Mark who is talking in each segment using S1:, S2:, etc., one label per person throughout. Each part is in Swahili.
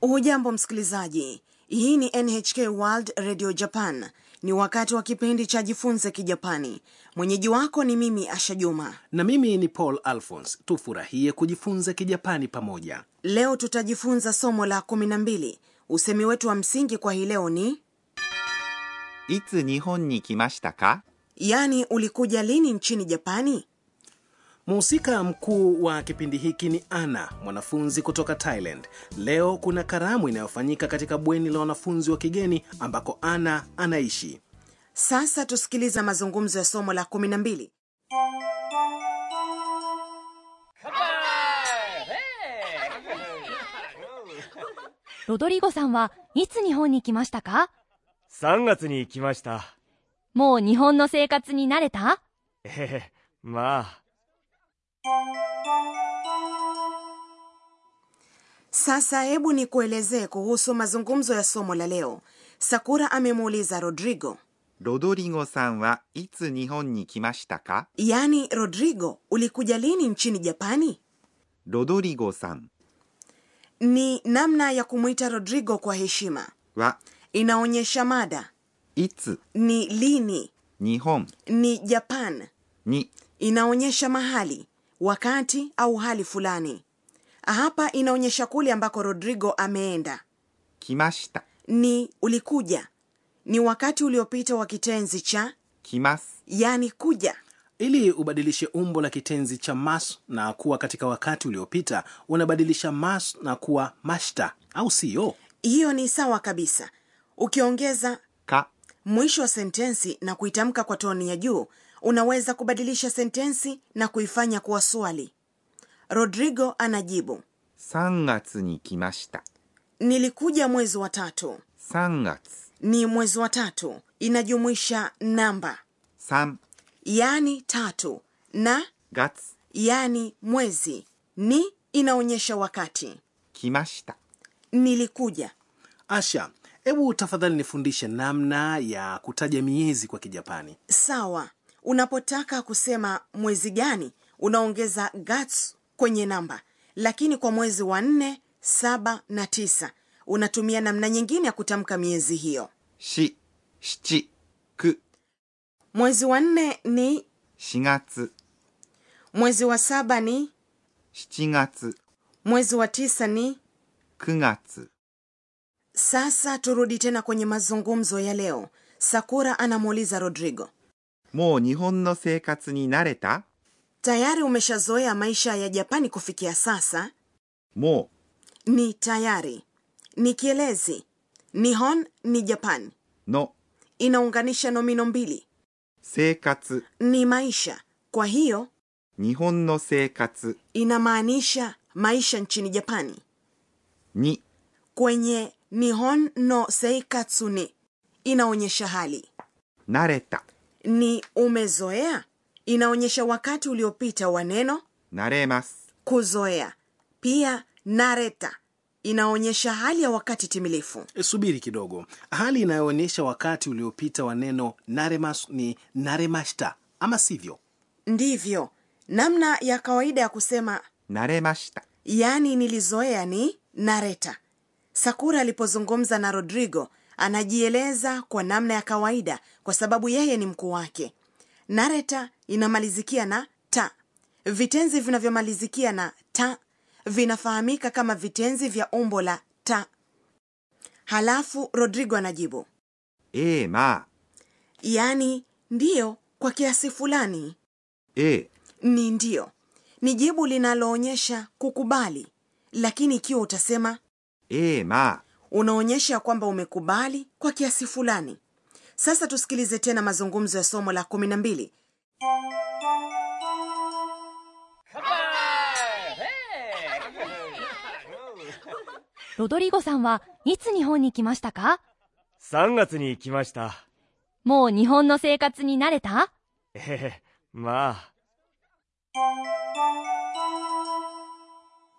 S1: hujambo msikilizaji hii ni nhk world radio japan ni wakati wa kipindi cha jifunze kijapani mwenyeji wako ni mimi asha juma
S2: na mimi ni paul alphons tufurahie kujifunza kijapani pamoja
S1: leo tutajifunza somo la 12 usemi wetu wa msingi kwa hii leo ni
S3: いつ日本に来ましたか
S1: yaani ulikuja lini nchini japani
S2: mhusika mkuu wa kipindi hiki ni ana mwanafunzi kutoka thailand leo kuna karamu inayofanyika katika bweni la wanafunzi wa kigeni ambako ana anaishi
S1: sasa tusikiliza mazungumzo ya somo la 12
S4: ロドリゴさんはいつ日本に来ましたか
S5: 3月に来ました。
S4: もう日本の生活に慣れた
S5: ええ、まあ、
S1: sasa hebu nikuelezee kuhusu mazungumzo ya somo la leo sakura amemuuliza rodrigo
S3: ロドリゴさんはいつ日本に来ましたか
S1: yaani rodrigo ulikuja lini nchini japani
S3: ロドリゴさん
S1: ni namna ya kumwita rodrigo kwa heshima
S3: は
S1: inaonyesha mada
S3: いつ
S1: ni lini
S3: 日本
S1: ni japan
S3: に
S1: inaonyesha mahali wakati au hali fulani hapa inaonyesha kule ambako rodrigo ameenda
S3: 来ました
S1: ni ulikuja ni wakati uliopita wa kitenzi cha
S3: 来ます
S1: yani kuja
S2: ili ubadilishe umbo la kitenzi cha mas na kuwa katika wakati uliopita unabadilisha mas na kuwa mashta au siyo
S1: hiyo ni sawa kabisa ukiongeza
S3: か
S1: mwisho wa sentensi na kuitamka kwa toni ya juu unaweza kubadilisha sentensi na kuifanya kuwa swali rodrigo anajibu
S3: 3月に来ました
S1: nilikuja mwezi wa tatu
S3: 3月
S1: ni mwezi wa tatu inajumuisha namba
S3: 3
S1: yani tatu na
S3: 月
S1: yani mwezi ni inaonyesha wakati
S3: 来ました
S1: nilikuja
S2: asha hebu tafadhali nifundishe namna ya kutaja miezi kwa kijapani
S1: sawa unapotaka kusema mwezi gani unaongeza gats kwenye namba lakini kwa mwezi wa nne saba na tisa unatumia namna nyingine ya kutamka miezi hiyo
S3: 4 7 9
S1: mwezi wa nne ni
S3: 4月
S1: mwezi wa saba ni
S3: 7月
S1: mwezi wa tisa ni
S3: 9月
S1: sasa turudi tena kwenye mazungumzo ya leo sakura anamuuliza rodrigo
S3: もう日本の生活に慣れた
S1: tayari umeshazoea maisha ya japani kufikia sasa
S3: も
S1: ni tayari ni kielezi nihon ni japan
S3: うの
S1: inaunganisha nomino mbili
S3: 生活
S1: ni maisha kwa hiyo
S3: 日本の生活
S1: inamaanisha maisha nchini japani
S3: に
S1: kwenye nihon no seikatsu ni inaonyesha hali
S3: 慣れた
S1: ni umezoea inaonyesha wakati uliopita wa neno
S3: 慣れます
S1: kuzoea pia nareta inaonyesha hali ya wakati timilifu
S2: E, subiri kidogo hali inayoonyesha wakati uliopita wa neno naremas ni naremashita ama sivyo
S1: ndivyo namna ya kawaida ya kusema
S3: 慣れました
S1: yaani nilizoea ni nareta sakura alipozungumza na rodrigo anajieleza kwa namna ya kawaida kwa sababu yeye ni mkuu wake nareta inamalizikia na ta vitenzi vinavyomalizikia na ta vinafahamika kama vitenzi vya umbo la ta halafu rodrigo anajibu
S3: ええまあ
S1: yaani ndiyo kwa kiasi fulani
S3: ええ
S1: ni ndiyo ni jibu linaloonyesha kukubali lakini ikiwa utasema
S3: ええまあ
S1: unaonyesha kwamba umekubali kwa kiasi fulani sasa tusikilize tena mazungumzo ya somo la 12
S4: ロドリゴさんはいつ日本に来ましたか
S5: 3月に来ました。
S4: もう日本の生活に慣れた
S5: ええ、まあ。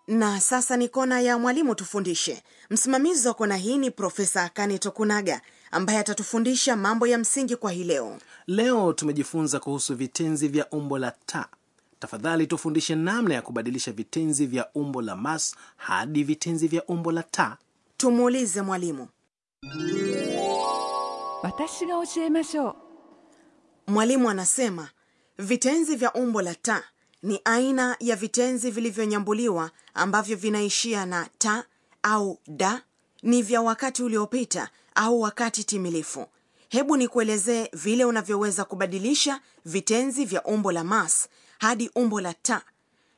S1: na sasa ni kona ya mwalimu tufundishe msimamizi wa kona hii ni profesa akane tokunaga ambaye atatufundisha mambo ya msingi kwa hii leo
S2: leo tumejifunza kuhusu vitenzi vya umbo la ta tafadhali tufundishe namna ya kubadilisha vitenzi vya umbo la mas hadi vitenzi vya umbo la ta
S1: Tumuulize mwalimu.
S6: 私が教えましょう
S1: Mwalimu anasema vitenzi vya umbo la ta ni aina ya vitenzi vilivyonyambuliwa ambavyo vinaishia na ta au da, ni vya wakati uliopita au wakati timilifu. Hebu nikuelezee vile unavyoweza kubadilisha vitenzi vya umbo la mas hadi umbo la ta.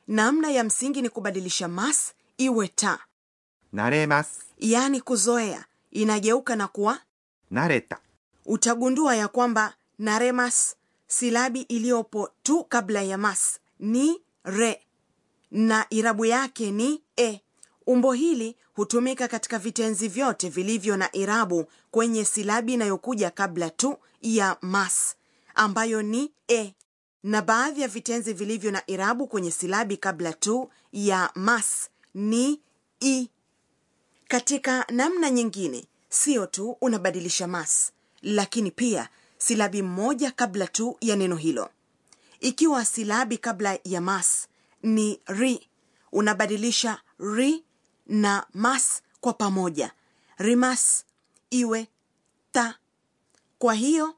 S1: Namna ya msingi ni kubadilisha mas iwe ta,
S3: 慣れます。
S1: yaani kuzoea, inageuka na kuwa
S3: 慣れた。
S1: utagundua ya kwamba naremas silabi iliyopo tu kabla ya mas ni re na irabu yake ni e umbo hili hutumika katika vitenzi vyote vilivyo na irabu kwenye silabi inayokuja kabla tu ya mas ambayo ni e na baadhi ya vitenzi vilivyo na irabu kwenye silabi kabla tu ya mas ni i katika namna nyingine sio tu unabadilisha mas lakini pia silabi moja kabla tu ya neno hilo ikiwa silabi kabla ya mas ni ri unabadilisha ri na mas kwa pamoja rimas iwe ta kwa hiyo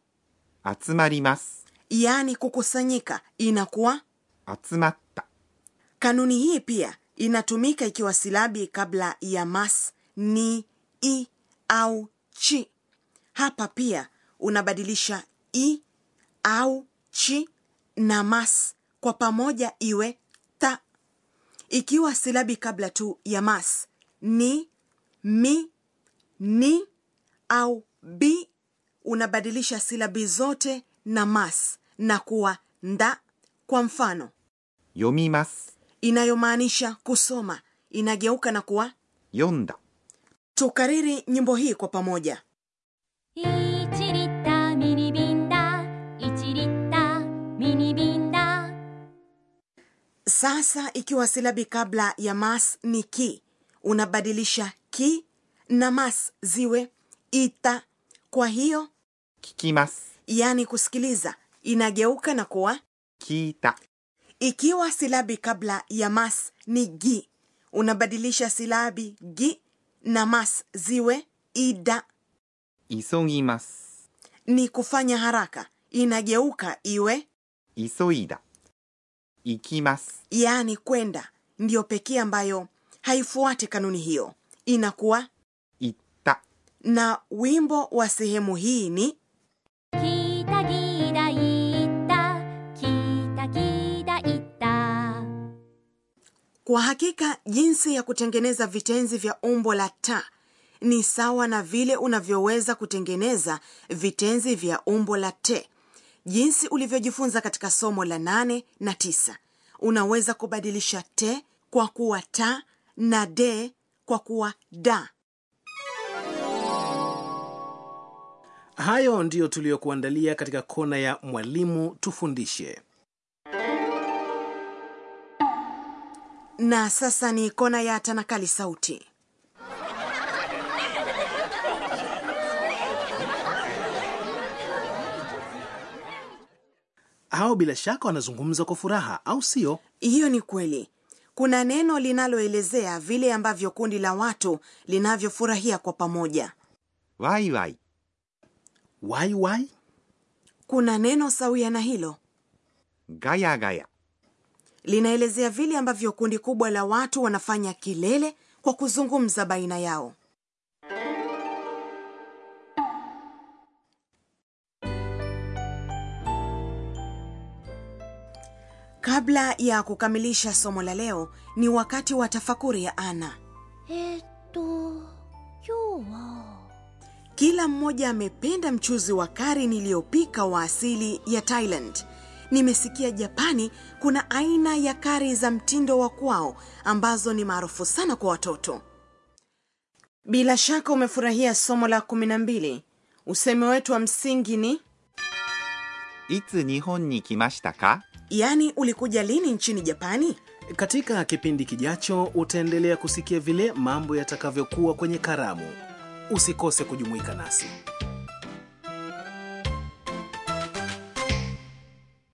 S3: 集まります。
S1: yaani kukusanyika inakuwa
S3: 集まった。
S1: Kanuni hii pia inatumika ikiwa silabi kabla ya mas ni i au chi. Hapa pia unabadilisha i au chi na mas kwa pamoja iwe ta. Ikiwa silabi kabla tu ya mas ni mi, ni au bi, unabadilisha silabi zote na mas na kuwa nda. Kwa mfano
S3: 読みます。
S1: inayomaanisha kusoma inageuka na kuwa
S3: 読んだ。
S1: tukariri nyimbo hii kwa pamoja
S4: 1リッターミニビンダ1リッターミニビンダ
S1: sasa ikiwa silabi kabla ya mas ni ki unabadilisha ki na mas ziwe ita kwa hiyo
S3: 聞きます。
S1: yani kusikiliza inageuka na kuwa
S3: 聞いた。
S1: ikiwa silabi kabla ya mas ni gi unabadilisha silabi gi na mas ziwe ida
S3: 急ぎます。
S1: ni kufanya haraka inageuka iwe
S3: 急いだ。行きます。
S1: yaani kwenda ndiyo pekee ambayo haifuati kanuni hiyo inakuwa
S3: 行った。
S1: na wimbo wa sehemu hii ni
S4: 聞いた聞いた言った聞いた聞いた言った」
S1: kwa hakika jinsi ya kutengeneza vitenzi vya umbo la ta ni sawa na vile unavyoweza kutengeneza vitenzi vya umbo la te jinsi ulivyojifunza katika somo la nane na tisa unaweza kubadilisha te kwa kuwa ta na de kwa kuwa da
S2: Hayo ndiyo tuliyokuandalia katika kona ya Mwalimu Tufundishe.
S1: na sasa ni kona ya tanakali sauti
S2: Hao bila shaka wanazungumza kwa furaha, au sio?
S1: Hiyo ni kweli. Kuna neno linaloelezea vile ambavyo kundi la watu linavyofurahia kwa pamoja.
S3: ワイワイ。
S2: Waiwai
S1: Kuna neno sawia na hilo
S3: ガヤガヤ。
S1: linaelezea vile ambavyo kundi kubwa la watu wanafanya kelele kwa kuzungumza baina yao. Kabla ya kukamilisha somo la leo, ni wakati wa tafakuri ya Ana.
S4: えーっと今日は
S1: Kila mmoja amependa mchuzi wa kari niliyopika wa asili ya Thailand. Nimesikia Japani kuna aina ya kari za mtindo wa kwao ambazo ni maarufu sana kwa watoto. Bila shaka umefurahia somo la kumi na mbili. Usemi wetu wa msingi ni
S3: いつ日本に来ましたか
S1: yaani, ulikuja lini nchini Japani?
S2: katika kipindi kijacho utaendelea kusikia vile mambo yatakavyokuwa kwenye karamu. Usikose kujumuika nasi.